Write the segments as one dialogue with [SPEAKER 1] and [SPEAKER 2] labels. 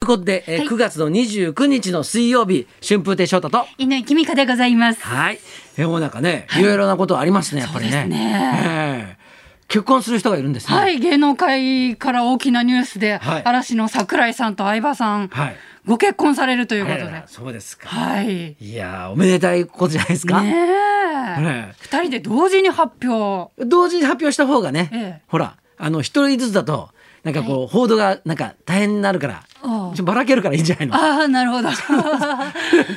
[SPEAKER 1] ということで、えー
[SPEAKER 2] はい
[SPEAKER 1] 9月の29日の水曜日春風亭昇太と
[SPEAKER 2] 犬井君香でございます。
[SPEAKER 1] はい世の中ねいろいろなことありますねやっぱりね
[SPEAKER 2] そうですね
[SPEAKER 1] ええ結婚する人がいるんですね
[SPEAKER 2] はい、芸能界から大きなニュースで、
[SPEAKER 1] はい
[SPEAKER 2] 嵐の桜井さんと相葉さん、
[SPEAKER 1] はい
[SPEAKER 2] ご結婚されるという
[SPEAKER 1] あ
[SPEAKER 2] こ
[SPEAKER 1] ら
[SPEAKER 2] とで。
[SPEAKER 1] ららそうですか
[SPEAKER 2] はい。
[SPEAKER 1] いやーおめでたいことじゃないですか、
[SPEAKER 2] ねえ。
[SPEAKER 1] ね
[SPEAKER 2] 二人で同時に発表。
[SPEAKER 1] 同時に発表した方がね、
[SPEAKER 2] ええ
[SPEAKER 1] ほらあの一人ずつだとなんかこう、報道がなんか大変になるからち
[SPEAKER 2] あ
[SPEAKER 1] ょ
[SPEAKER 2] あ
[SPEAKER 1] っとばらけるからいいんじゃないの
[SPEAKER 2] ああ、なる ほど。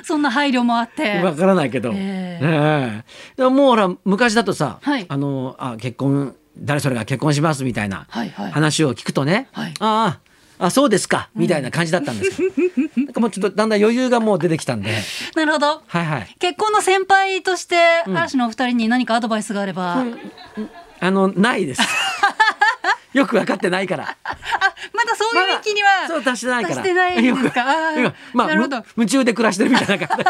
[SPEAKER 2] そんな配慮もあって。
[SPEAKER 1] わからないけど、
[SPEAKER 2] ええ
[SPEAKER 1] ねえでももうほら昔だとさ、
[SPEAKER 2] はい
[SPEAKER 1] あのあ結婚誰それが結婚しますみたいな
[SPEAKER 2] はいはい
[SPEAKER 1] 話を聞くとね、
[SPEAKER 2] はい
[SPEAKER 1] あああそうですかみたいな感じだったんですけど、なんかもうちょっとだんだん余裕がもう出てきたんで
[SPEAKER 2] なるほど。
[SPEAKER 1] はいはい
[SPEAKER 2] 結婚の先輩として、嵐のお二人に何かアドバイスがあれば。
[SPEAKER 1] あのない ですよく分かってないから。
[SPEAKER 2] あ、まだそういう域には、
[SPEAKER 1] そう達してないから。
[SPEAKER 2] 達してないんですか。あ
[SPEAKER 1] よく
[SPEAKER 2] ー
[SPEAKER 1] 今まあ
[SPEAKER 2] なるほど
[SPEAKER 1] む。夢中で暮らしてるみたいな 感じ。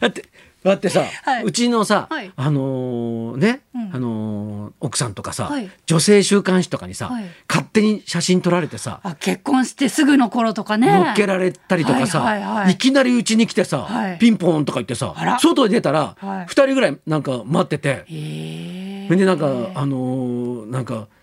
[SPEAKER 1] だってだってさ、
[SPEAKER 2] はいう
[SPEAKER 1] ちのさ、
[SPEAKER 2] はい
[SPEAKER 1] あのーね、
[SPEAKER 2] うん
[SPEAKER 1] あのー奥さんとかさ、
[SPEAKER 2] はい
[SPEAKER 1] 女性週刊誌とかにさ、
[SPEAKER 2] はい
[SPEAKER 1] 勝手に写真撮られてさ。
[SPEAKER 2] あ結婚してすぐの頃とかね。
[SPEAKER 1] 乗っけられたりとかさ、
[SPEAKER 2] はいいはいはい
[SPEAKER 1] きなりうちに来てさ、
[SPEAKER 2] はい
[SPEAKER 1] ピンポーンとか言ってさ
[SPEAKER 2] あら
[SPEAKER 1] 外に出たら
[SPEAKER 2] はい
[SPEAKER 1] 2人ぐらいなんか待ってて、
[SPEAKER 2] へ
[SPEAKER 1] それでなんか、
[SPEAKER 2] ー
[SPEAKER 1] あのーなんか「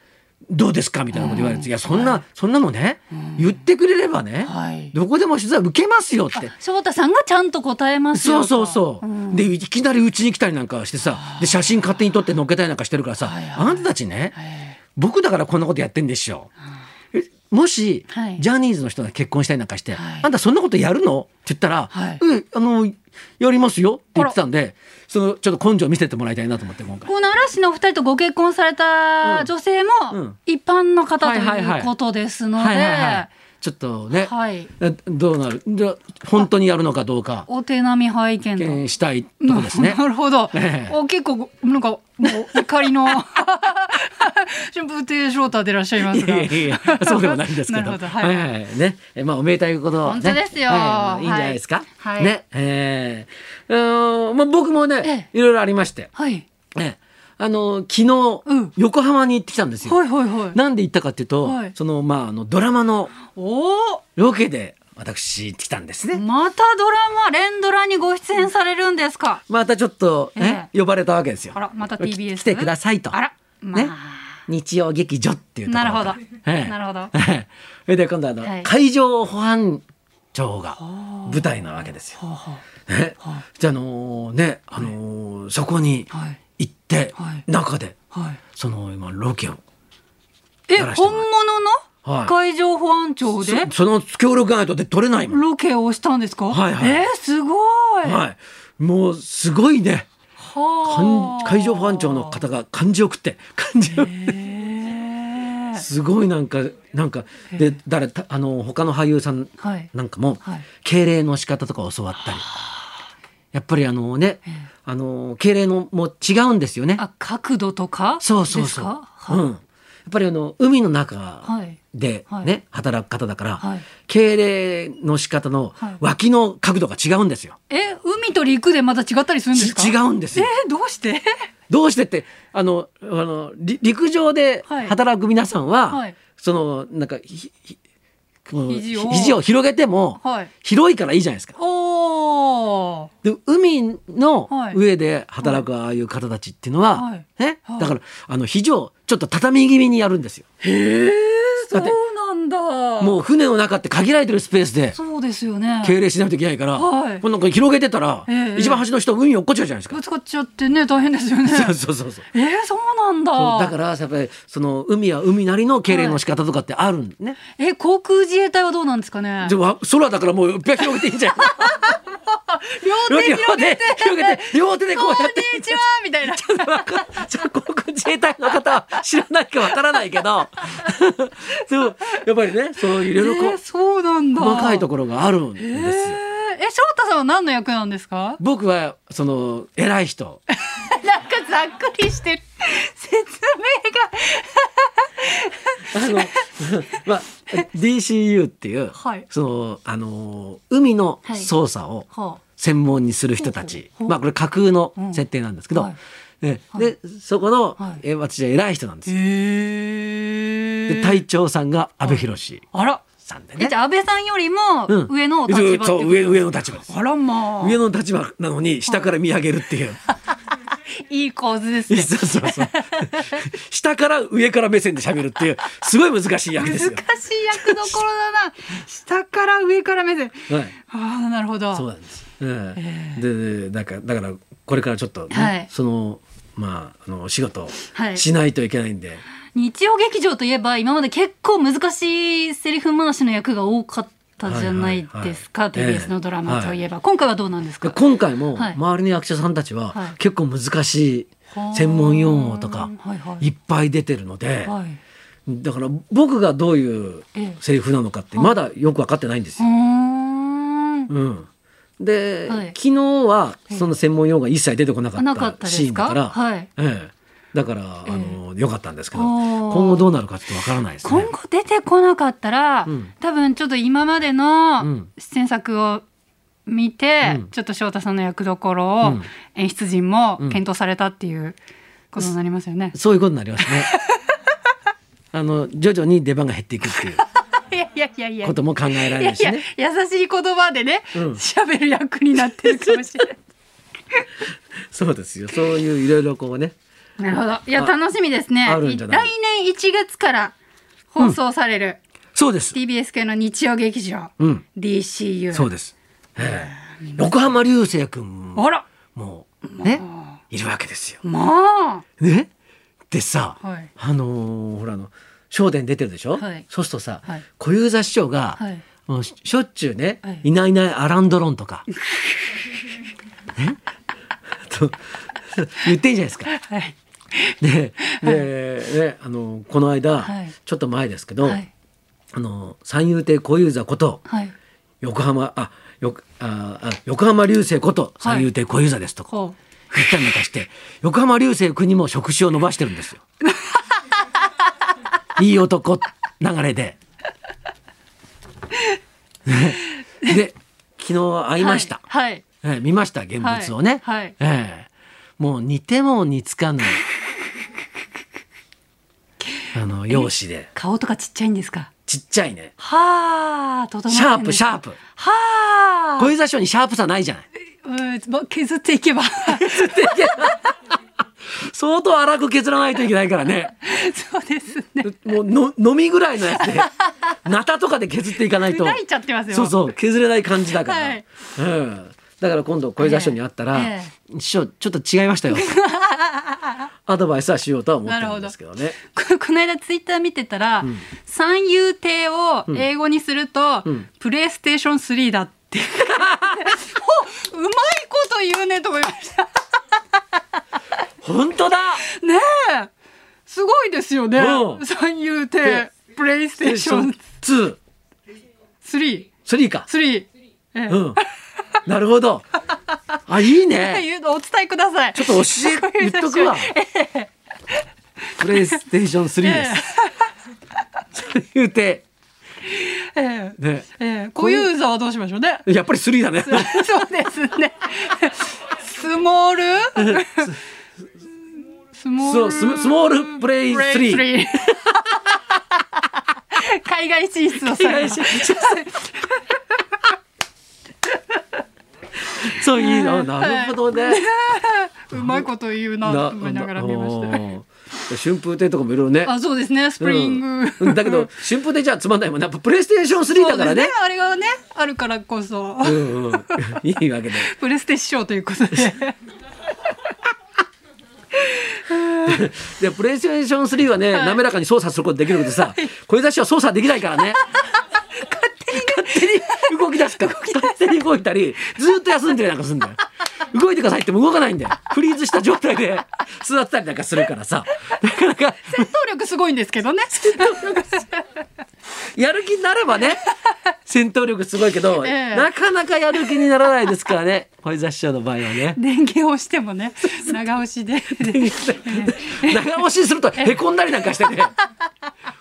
[SPEAKER 1] どうですか?」みたいなこと言われて「いやそんな、そんなのね、言ってくれればね、
[SPEAKER 2] はい
[SPEAKER 1] どこでも取材受けますよ」って。
[SPEAKER 2] 翔太さんがちゃんと答えますよ
[SPEAKER 1] そう
[SPEAKER 2] と
[SPEAKER 1] そうそう、
[SPEAKER 2] ん
[SPEAKER 1] でいきなりうちに来たりなんかしてさで写真勝手に撮って載っけたりなんかしてるからさ、
[SPEAKER 2] はいはい
[SPEAKER 1] あんたたちね、
[SPEAKER 2] はい
[SPEAKER 1] 僕だからこんなことやってんでしょ、えもし、
[SPEAKER 2] はい
[SPEAKER 1] ジャニーズの人が結婚したりなんかして、
[SPEAKER 2] はい
[SPEAKER 1] あんたそんなことやるのって言ったら、
[SPEAKER 2] はい
[SPEAKER 1] うんあのやりますよって言ってたんでそのちょっと根性見せてもらいたいなと思って今回。
[SPEAKER 2] この嵐のお二人とご結婚され
[SPEAKER 1] う
[SPEAKER 2] た
[SPEAKER 1] ん
[SPEAKER 2] 女性も
[SPEAKER 1] うん
[SPEAKER 2] 一般の方
[SPEAKER 1] は
[SPEAKER 2] と
[SPEAKER 1] いはいはい
[SPEAKER 2] いうことですので、
[SPEAKER 1] はいはいはい、ちょっとね、
[SPEAKER 2] はい
[SPEAKER 1] えどうなるじゃ本当にやるのかどうか
[SPEAKER 2] お手並み拝見
[SPEAKER 1] 検
[SPEAKER 2] と。
[SPEAKER 1] 討したいとこですね。
[SPEAKER 2] なるほど。
[SPEAKER 1] ええ
[SPEAKER 2] お結構なんかもう怒りの武亭翔太でいらっしゃいます
[SPEAKER 1] い
[SPEAKER 2] が
[SPEAKER 1] やいやいやそうでもないんですけ
[SPEAKER 2] な
[SPEAKER 1] ど
[SPEAKER 2] るほどはい
[SPEAKER 1] はいはいねえまあおめでたいことはね
[SPEAKER 2] 本当ですよ
[SPEAKER 1] はいいいんじゃないですか、
[SPEAKER 2] はいはい
[SPEAKER 1] ねえーうーんまあ僕もねいろいろありまして、
[SPEAKER 2] はい
[SPEAKER 1] ね、あの昨日、
[SPEAKER 2] うん
[SPEAKER 1] 横浜に行ってきたんですよ、
[SPEAKER 2] はいはいはい。
[SPEAKER 1] なんで行ったかっていうと、
[SPEAKER 2] はい
[SPEAKER 1] そのまああのドラマの
[SPEAKER 2] おお。
[SPEAKER 1] ロケで私行ってきたんですね、
[SPEAKER 2] またドラマ連ドラにご出演されるんですか。
[SPEAKER 1] またちょっと、ね
[SPEAKER 2] え
[SPEAKER 1] 呼ばれたわけですよ
[SPEAKER 2] あらまた
[SPEAKER 1] き
[SPEAKER 2] TBS
[SPEAKER 1] 来てくださいと
[SPEAKER 2] あらまあ
[SPEAKER 1] ね日曜劇場っていうところ
[SPEAKER 2] なるほ
[SPEAKER 1] から
[SPEAKER 2] ど
[SPEAKER 1] ええ
[SPEAKER 2] なるほど
[SPEAKER 1] ええそれで今度あの、
[SPEAKER 2] はい
[SPEAKER 1] 海上保安庁が舞台なわけですよ。
[SPEAKER 2] はあは
[SPEAKER 1] ね
[SPEAKER 2] はあ、
[SPEAKER 1] じゃああのーね、あのーそこに
[SPEAKER 2] あはい
[SPEAKER 1] 行って、
[SPEAKER 2] はい
[SPEAKER 1] 中で
[SPEAKER 2] はい。
[SPEAKER 1] その今ロケを
[SPEAKER 2] え
[SPEAKER 1] やらせて
[SPEAKER 2] 本
[SPEAKER 1] もら
[SPEAKER 2] 物
[SPEAKER 1] うは
[SPEAKER 2] の
[SPEAKER 1] い
[SPEAKER 2] 海上保安庁で
[SPEAKER 1] そその協力がないとで取れないもん。
[SPEAKER 2] ロケをしたんですか。
[SPEAKER 1] はいはい
[SPEAKER 2] えーすごい。は
[SPEAKER 1] はい、もうすごいね
[SPEAKER 2] あ
[SPEAKER 1] 艦海上保安庁の方が漢字を送って漢字を
[SPEAKER 2] へえ
[SPEAKER 1] すごいなんかなんかで誰たあの他の俳優さん
[SPEAKER 2] はい
[SPEAKER 1] なんかも
[SPEAKER 2] はい
[SPEAKER 1] 敬礼の仕方とか教わったりやっぱりあのね
[SPEAKER 2] ええ
[SPEAKER 1] あの敬礼のも違うんですよね
[SPEAKER 2] あ角度とか
[SPEAKER 1] そうそう
[SPEAKER 2] です
[SPEAKER 1] そう、
[SPEAKER 2] か
[SPEAKER 1] うん、
[SPEAKER 2] は
[SPEAKER 1] やっぱりあの海の中
[SPEAKER 2] い
[SPEAKER 1] で
[SPEAKER 2] はい
[SPEAKER 1] ね働く方だから
[SPEAKER 2] はい
[SPEAKER 1] 敬礼の仕方の
[SPEAKER 2] はい
[SPEAKER 1] 脇の角度が違うんですよ
[SPEAKER 2] え海と陸でまた違ったりするんですか。
[SPEAKER 1] ち違うんですよ
[SPEAKER 2] えーどうして。
[SPEAKER 1] どうしてってあのあのり陸上で
[SPEAKER 2] はい
[SPEAKER 1] 働く皆さんは、
[SPEAKER 2] はい
[SPEAKER 1] そのなんかひひこう
[SPEAKER 2] 肘を
[SPEAKER 1] 肘を広げても、
[SPEAKER 2] はい
[SPEAKER 1] 広いからいいじゃないですか。
[SPEAKER 2] おお。
[SPEAKER 1] で海の
[SPEAKER 2] はい
[SPEAKER 1] 上で働くああいう方たちっていうのは、
[SPEAKER 2] はい
[SPEAKER 1] ね
[SPEAKER 2] はい
[SPEAKER 1] だからあの肘をちょっと畳気味にやるんですよ。
[SPEAKER 2] へえそ
[SPEAKER 1] だ
[SPEAKER 2] う
[SPEAKER 1] って
[SPEAKER 2] なんだ
[SPEAKER 1] もう船の中って限られてるスペースで
[SPEAKER 2] そうですよね
[SPEAKER 1] 敬礼しないといけないから、
[SPEAKER 2] はい
[SPEAKER 1] こんなんか広げてたら、
[SPEAKER 2] ええ
[SPEAKER 1] 一番端の人海に落っこっちゃうじゃないですか
[SPEAKER 2] ぶ。つかっちゃってね大変ですよ ね
[SPEAKER 1] そうそうそうそう。
[SPEAKER 2] えー、そうなん
[SPEAKER 1] そ
[SPEAKER 2] だ
[SPEAKER 1] うだからやっぱりその海は海なりの敬礼の仕方とかってあるんね。
[SPEAKER 2] え航空自衛隊はどうなんですかね
[SPEAKER 1] でわ空だからもういっぱい広げていいんじゃ ん。
[SPEAKER 2] 両手広げて
[SPEAKER 1] 両手広げて両手でこうやって
[SPEAKER 2] こんにちはみたいな
[SPEAKER 1] ちょっとわかんちょっと航空自衛隊の方は知らないかわからないけど、 そうやっぱりねそういろいろこ
[SPEAKER 2] えー
[SPEAKER 1] う
[SPEAKER 2] そうなんだ
[SPEAKER 1] 細かいと
[SPEAKER 2] こ
[SPEAKER 1] ころがあるんで
[SPEAKER 2] えー、
[SPEAKER 1] すよ。
[SPEAKER 2] え翔太さんは何の役なんですか
[SPEAKER 1] 僕はその偉い人、
[SPEAKER 2] なんかざっくりしてる説
[SPEAKER 1] あの まあ DCU っていう、
[SPEAKER 2] はい
[SPEAKER 1] そのあの海の操作を
[SPEAKER 2] 明がは
[SPEAKER 1] 専門にする人たち、
[SPEAKER 2] ほうほう
[SPEAKER 1] まあこれ架空の設定なんですけど、
[SPEAKER 2] うんはい
[SPEAKER 1] ねでそこの、
[SPEAKER 2] はい
[SPEAKER 1] え私は偉い人なんですよ
[SPEAKER 2] え
[SPEAKER 1] で隊長さんが阿部寛
[SPEAKER 2] あら
[SPEAKER 1] さんで
[SPEAKER 2] え
[SPEAKER 1] ね
[SPEAKER 2] じゃあ安倍さんよりも
[SPEAKER 1] うん
[SPEAKER 2] 上のお立場って
[SPEAKER 1] そ
[SPEAKER 2] こと
[SPEAKER 1] う上上の立場です
[SPEAKER 2] あらまあ
[SPEAKER 1] 上の立場なのに下から見上げるっていう、
[SPEAKER 2] いい構図ですね
[SPEAKER 1] そうそうそう 下から上から目線で喋るっていうすごい難しい役
[SPEAKER 2] 難
[SPEAKER 1] で
[SPEAKER 2] し
[SPEAKER 1] す
[SPEAKER 2] い
[SPEAKER 1] よ、
[SPEAKER 2] 役どころだな下から上から目線
[SPEAKER 1] はい、
[SPEAKER 2] ああなるほど
[SPEAKER 1] そうなんです、うんででなんかだからこれからちょっとね、
[SPEAKER 2] はい
[SPEAKER 1] そのまああのお仕事を
[SPEAKER 2] はい
[SPEAKER 1] しないといけないんで、
[SPEAKER 2] 日曜劇場といえば今まで結構難しいセリフ回しの役が多かったじゃないですか、
[SPEAKER 1] はいはいはい
[SPEAKER 2] TBS のドラマといえば、今回はどうなんです
[SPEAKER 1] で
[SPEAKER 2] か
[SPEAKER 1] 今回も
[SPEAKER 2] はい
[SPEAKER 1] 周りの役者さんたち
[SPEAKER 2] は
[SPEAKER 1] はい結構難しい専門用語とか
[SPEAKER 2] はいはい
[SPEAKER 1] いっぱい出てるので、
[SPEAKER 2] はい
[SPEAKER 1] だから僕がどういう
[SPEAKER 2] ええ
[SPEAKER 1] セリフなのかってまだよく分かってないんです
[SPEAKER 2] うー
[SPEAKER 1] よ。
[SPEAKER 2] ん
[SPEAKER 1] うん、で、
[SPEAKER 2] はい
[SPEAKER 1] 昨日はその専門用語が一切出てこなか
[SPEAKER 2] あなか
[SPEAKER 1] っ
[SPEAKER 2] った
[SPEAKER 1] た
[SPEAKER 2] で
[SPEAKER 1] シー
[SPEAKER 2] す
[SPEAKER 1] ンだ
[SPEAKER 2] か
[SPEAKER 1] から、
[SPEAKER 2] はい
[SPEAKER 1] ええだから、あのよかったんですけど
[SPEAKER 2] あー
[SPEAKER 1] 今後どうなるかちょっとわからないですね
[SPEAKER 2] 今。後出てこなかったら、
[SPEAKER 1] うん
[SPEAKER 2] 多分ちょっと今まで
[SPEAKER 1] う
[SPEAKER 2] の
[SPEAKER 1] ん
[SPEAKER 2] 出演作を見て、
[SPEAKER 1] うん
[SPEAKER 2] ちょっと翔太さんの役どころを、
[SPEAKER 1] うん
[SPEAKER 2] 演出陣も
[SPEAKER 1] うん
[SPEAKER 2] 検討されたっていうことになりますよね。
[SPEAKER 1] そういうことになります ね。あの徐々に出番が減っていくっていう
[SPEAKER 2] いやいやいやいや
[SPEAKER 1] こ。とも考えら
[SPEAKER 2] い
[SPEAKER 1] れる
[SPEAKER 2] やい
[SPEAKER 1] し
[SPEAKER 2] や
[SPEAKER 1] ね。
[SPEAKER 2] 優しい言葉でね
[SPEAKER 1] うん
[SPEAKER 2] 喋、る役になってるかも しれない。
[SPEAKER 1] そうですよ。そういういろいろこうね。
[SPEAKER 2] なるほ ど。いや
[SPEAKER 1] あ
[SPEAKER 2] 楽しみですね。
[SPEAKER 1] あ
[SPEAKER 2] 来
[SPEAKER 1] るん
[SPEAKER 2] 年
[SPEAKER 1] じゃ
[SPEAKER 2] 1
[SPEAKER 1] ない
[SPEAKER 2] 月から放送される、
[SPEAKER 1] そうです。
[SPEAKER 2] TBS 系の日曜劇場、
[SPEAKER 1] うん。
[SPEAKER 2] DCU。
[SPEAKER 1] そうです。ええ横浜流星君
[SPEAKER 2] あら
[SPEAKER 1] もねいるわけですよ。
[SPEAKER 2] まあ
[SPEAKER 1] ね。でさ、
[SPEAKER 2] はい
[SPEAKER 1] あのーほらあの商店出てるでしょ。
[SPEAKER 2] はい
[SPEAKER 1] そうするとさ、
[SPEAKER 2] はい
[SPEAKER 1] 小遊三師匠が、
[SPEAKER 2] はい
[SPEAKER 1] もうししょっちゅうね、
[SPEAKER 2] はい
[SPEAKER 1] い、ないいないアランドロンと か。ね。と言ってんじゃないですか。
[SPEAKER 2] はい。
[SPEAKER 1] で、で、ね、あの、この間、
[SPEAKER 2] はい
[SPEAKER 1] ちょっと前ですけど、
[SPEAKER 2] はい
[SPEAKER 1] あの、三遊亭小遊三こと、
[SPEAKER 2] はい。
[SPEAKER 1] 横浜、あ、よああ横浜流星こと三遊亭小遊三ですとか、
[SPEAKER 2] ほ
[SPEAKER 1] 言ったりなんかして、横浜流星君にも職種を伸ばしてるんですよ。 いい男流れ で。ねで、昨日会いました。
[SPEAKER 2] はい。はい
[SPEAKER 1] ええ見ました現物をね、
[SPEAKER 2] はいはい
[SPEAKER 1] ええもう似ても似つかぬあの容姿で
[SPEAKER 2] 顔とかちっちゃいんですか。
[SPEAKER 1] ちっちゃいね
[SPEAKER 2] はあ、とどまって
[SPEAKER 1] シャープシ
[SPEAKER 2] ー
[SPEAKER 1] ャープ
[SPEAKER 2] はあ。
[SPEAKER 1] 小遊三師匠にシャープさないじゃない
[SPEAKER 2] うんま削っていけば。
[SPEAKER 1] 相当荒く削らないといけないからね
[SPEAKER 2] そうですね。
[SPEAKER 1] もうの飲みぐらいのやつで ナタとかで削っていかないと
[SPEAKER 2] 砕いちゃってますよ
[SPEAKER 1] そうそう削れない感じだから、
[SPEAKER 2] はい
[SPEAKER 1] うん、だから今度小遊三師匠に会ったら、
[SPEAKER 2] え
[SPEAKER 1] 師匠ちょっと違いました よアドバイスはしようとは思ってるんですけどね
[SPEAKER 2] ここの間ツイッター見てたら、三遊亭を英語にすると、
[SPEAKER 1] ん
[SPEAKER 2] プレイステーション3だって。 ほううまいこと言うねと思いました。
[SPEAKER 1] 本当だ
[SPEAKER 2] ねえ。すごいですよね
[SPEAKER 1] う。ん
[SPEAKER 2] 三遊亭
[SPEAKER 1] で
[SPEAKER 2] プレイス
[SPEAKER 1] ステ
[SPEAKER 2] テー
[SPEAKER 1] ー
[SPEAKER 2] シ
[SPEAKER 1] シ
[SPEAKER 2] ョ
[SPEAKER 1] ョ
[SPEAKER 2] ン
[SPEAKER 1] ン2、
[SPEAKER 2] 3。
[SPEAKER 1] 3か。
[SPEAKER 2] 3。ええ
[SPEAKER 1] うん。なるほど。あ、いい ね。
[SPEAKER 2] 言うのお伝えください。
[SPEAKER 1] ちょっと 教え、言っとくわ。プレイステーション3です。それ言うて、
[SPEAKER 2] ええ
[SPEAKER 1] ね。
[SPEAKER 2] ええ小遊三はどうしましょ うね。
[SPEAKER 1] やっぱり3だね。
[SPEAKER 2] そうですね。スモール。ス モー
[SPEAKER 1] そう、
[SPEAKER 2] ル。
[SPEAKER 1] スモスモールプレイ3。
[SPEAKER 2] 3。海外進出をされる。
[SPEAKER 1] そういいの、なるほどね。
[SPEAKER 2] うまいこと言うなと思いながら見ました。
[SPEAKER 1] おー春風亭とかもいろいろね。
[SPEAKER 2] あ、そうですね。スプリン
[SPEAKER 1] う
[SPEAKER 2] グ。
[SPEAKER 1] んだけど、春風亭じゃつまんないもんね。やっぱプレイステーション3だからね
[SPEAKER 2] そうです。あれがね、あるからこ
[SPEAKER 1] う
[SPEAKER 2] そ。
[SPEAKER 1] んうん。いいわけで。
[SPEAKER 2] プレステ師匠ということで。
[SPEAKER 1] でプレイステーション3はね、滑らかに操作することできるけどさ、小枝氏は操作できないからね勝手に、動き出すから勝手に動いたりずっと休んでなんかするんだよ動いてくださいっても動かないんだよフリーズした状態で座ってたりなんかするからさなかなか
[SPEAKER 2] 戦闘力すごいんですけどね。
[SPEAKER 1] やる気になればね戦闘力すごいけど、
[SPEAKER 2] ええ
[SPEAKER 1] なかなかやる気にならないですからね小枝師匠の場合はね。
[SPEAKER 2] 電源を押してもね、長押しで。
[SPEAKER 1] 長押しするとへこんだりなんかしてね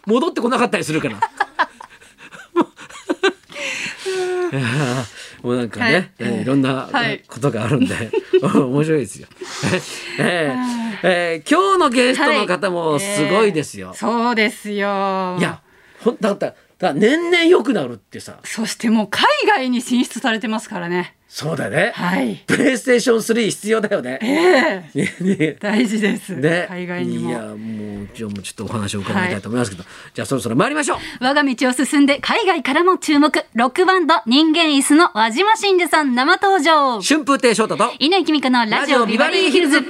[SPEAKER 1] 戻ってこなかったりするから。 いやーもうなんかね、
[SPEAKER 2] はい
[SPEAKER 1] えーいろんな
[SPEAKER 2] はい
[SPEAKER 1] ことがあるんで、 面白いですよ。えーえー今日のゲストの方もすごいですよ。
[SPEAKER 2] そうですよ。
[SPEAKER 1] い、や、ほんだっただから年々良くなるってさ
[SPEAKER 2] そしてもう海外に進出されてますからね
[SPEAKER 1] そうだね、
[SPEAKER 2] はい
[SPEAKER 1] プレイステーション3必要だよね
[SPEAKER 2] ええ
[SPEAKER 1] ねね
[SPEAKER 2] 大事 です、
[SPEAKER 1] ね
[SPEAKER 2] 海外に
[SPEAKER 1] いや
[SPEAKER 2] も
[SPEAKER 1] もう今日もちょっとお話を伺いたいと思いますけど、じゃあそろそろ参りましょう
[SPEAKER 2] 我が道を進んで海外からも注目ロックバンド人間椅子の和島真司さん生登場
[SPEAKER 1] 春風亭昇太と
[SPEAKER 2] 稲井君香のラジオビバリーヒルズ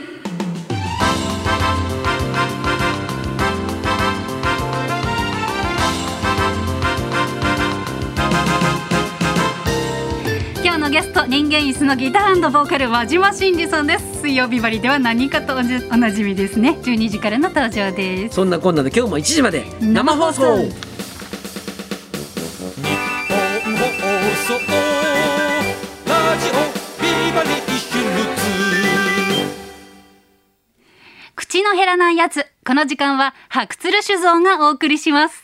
[SPEAKER 2] 今日のゲスト人間椅子のギターボーカル和島真司さんです水曜日バリでは何かとおじおなじみですね12時からの登場です
[SPEAKER 1] そんなこんなで今日も1時まで生
[SPEAKER 2] 生
[SPEAKER 1] 放
[SPEAKER 2] 放
[SPEAKER 1] 送
[SPEAKER 2] 送
[SPEAKER 3] 日本放送ラジオビバリーヒルズ
[SPEAKER 2] 口の減らないやつこの時間は白鶴酒造がお送りします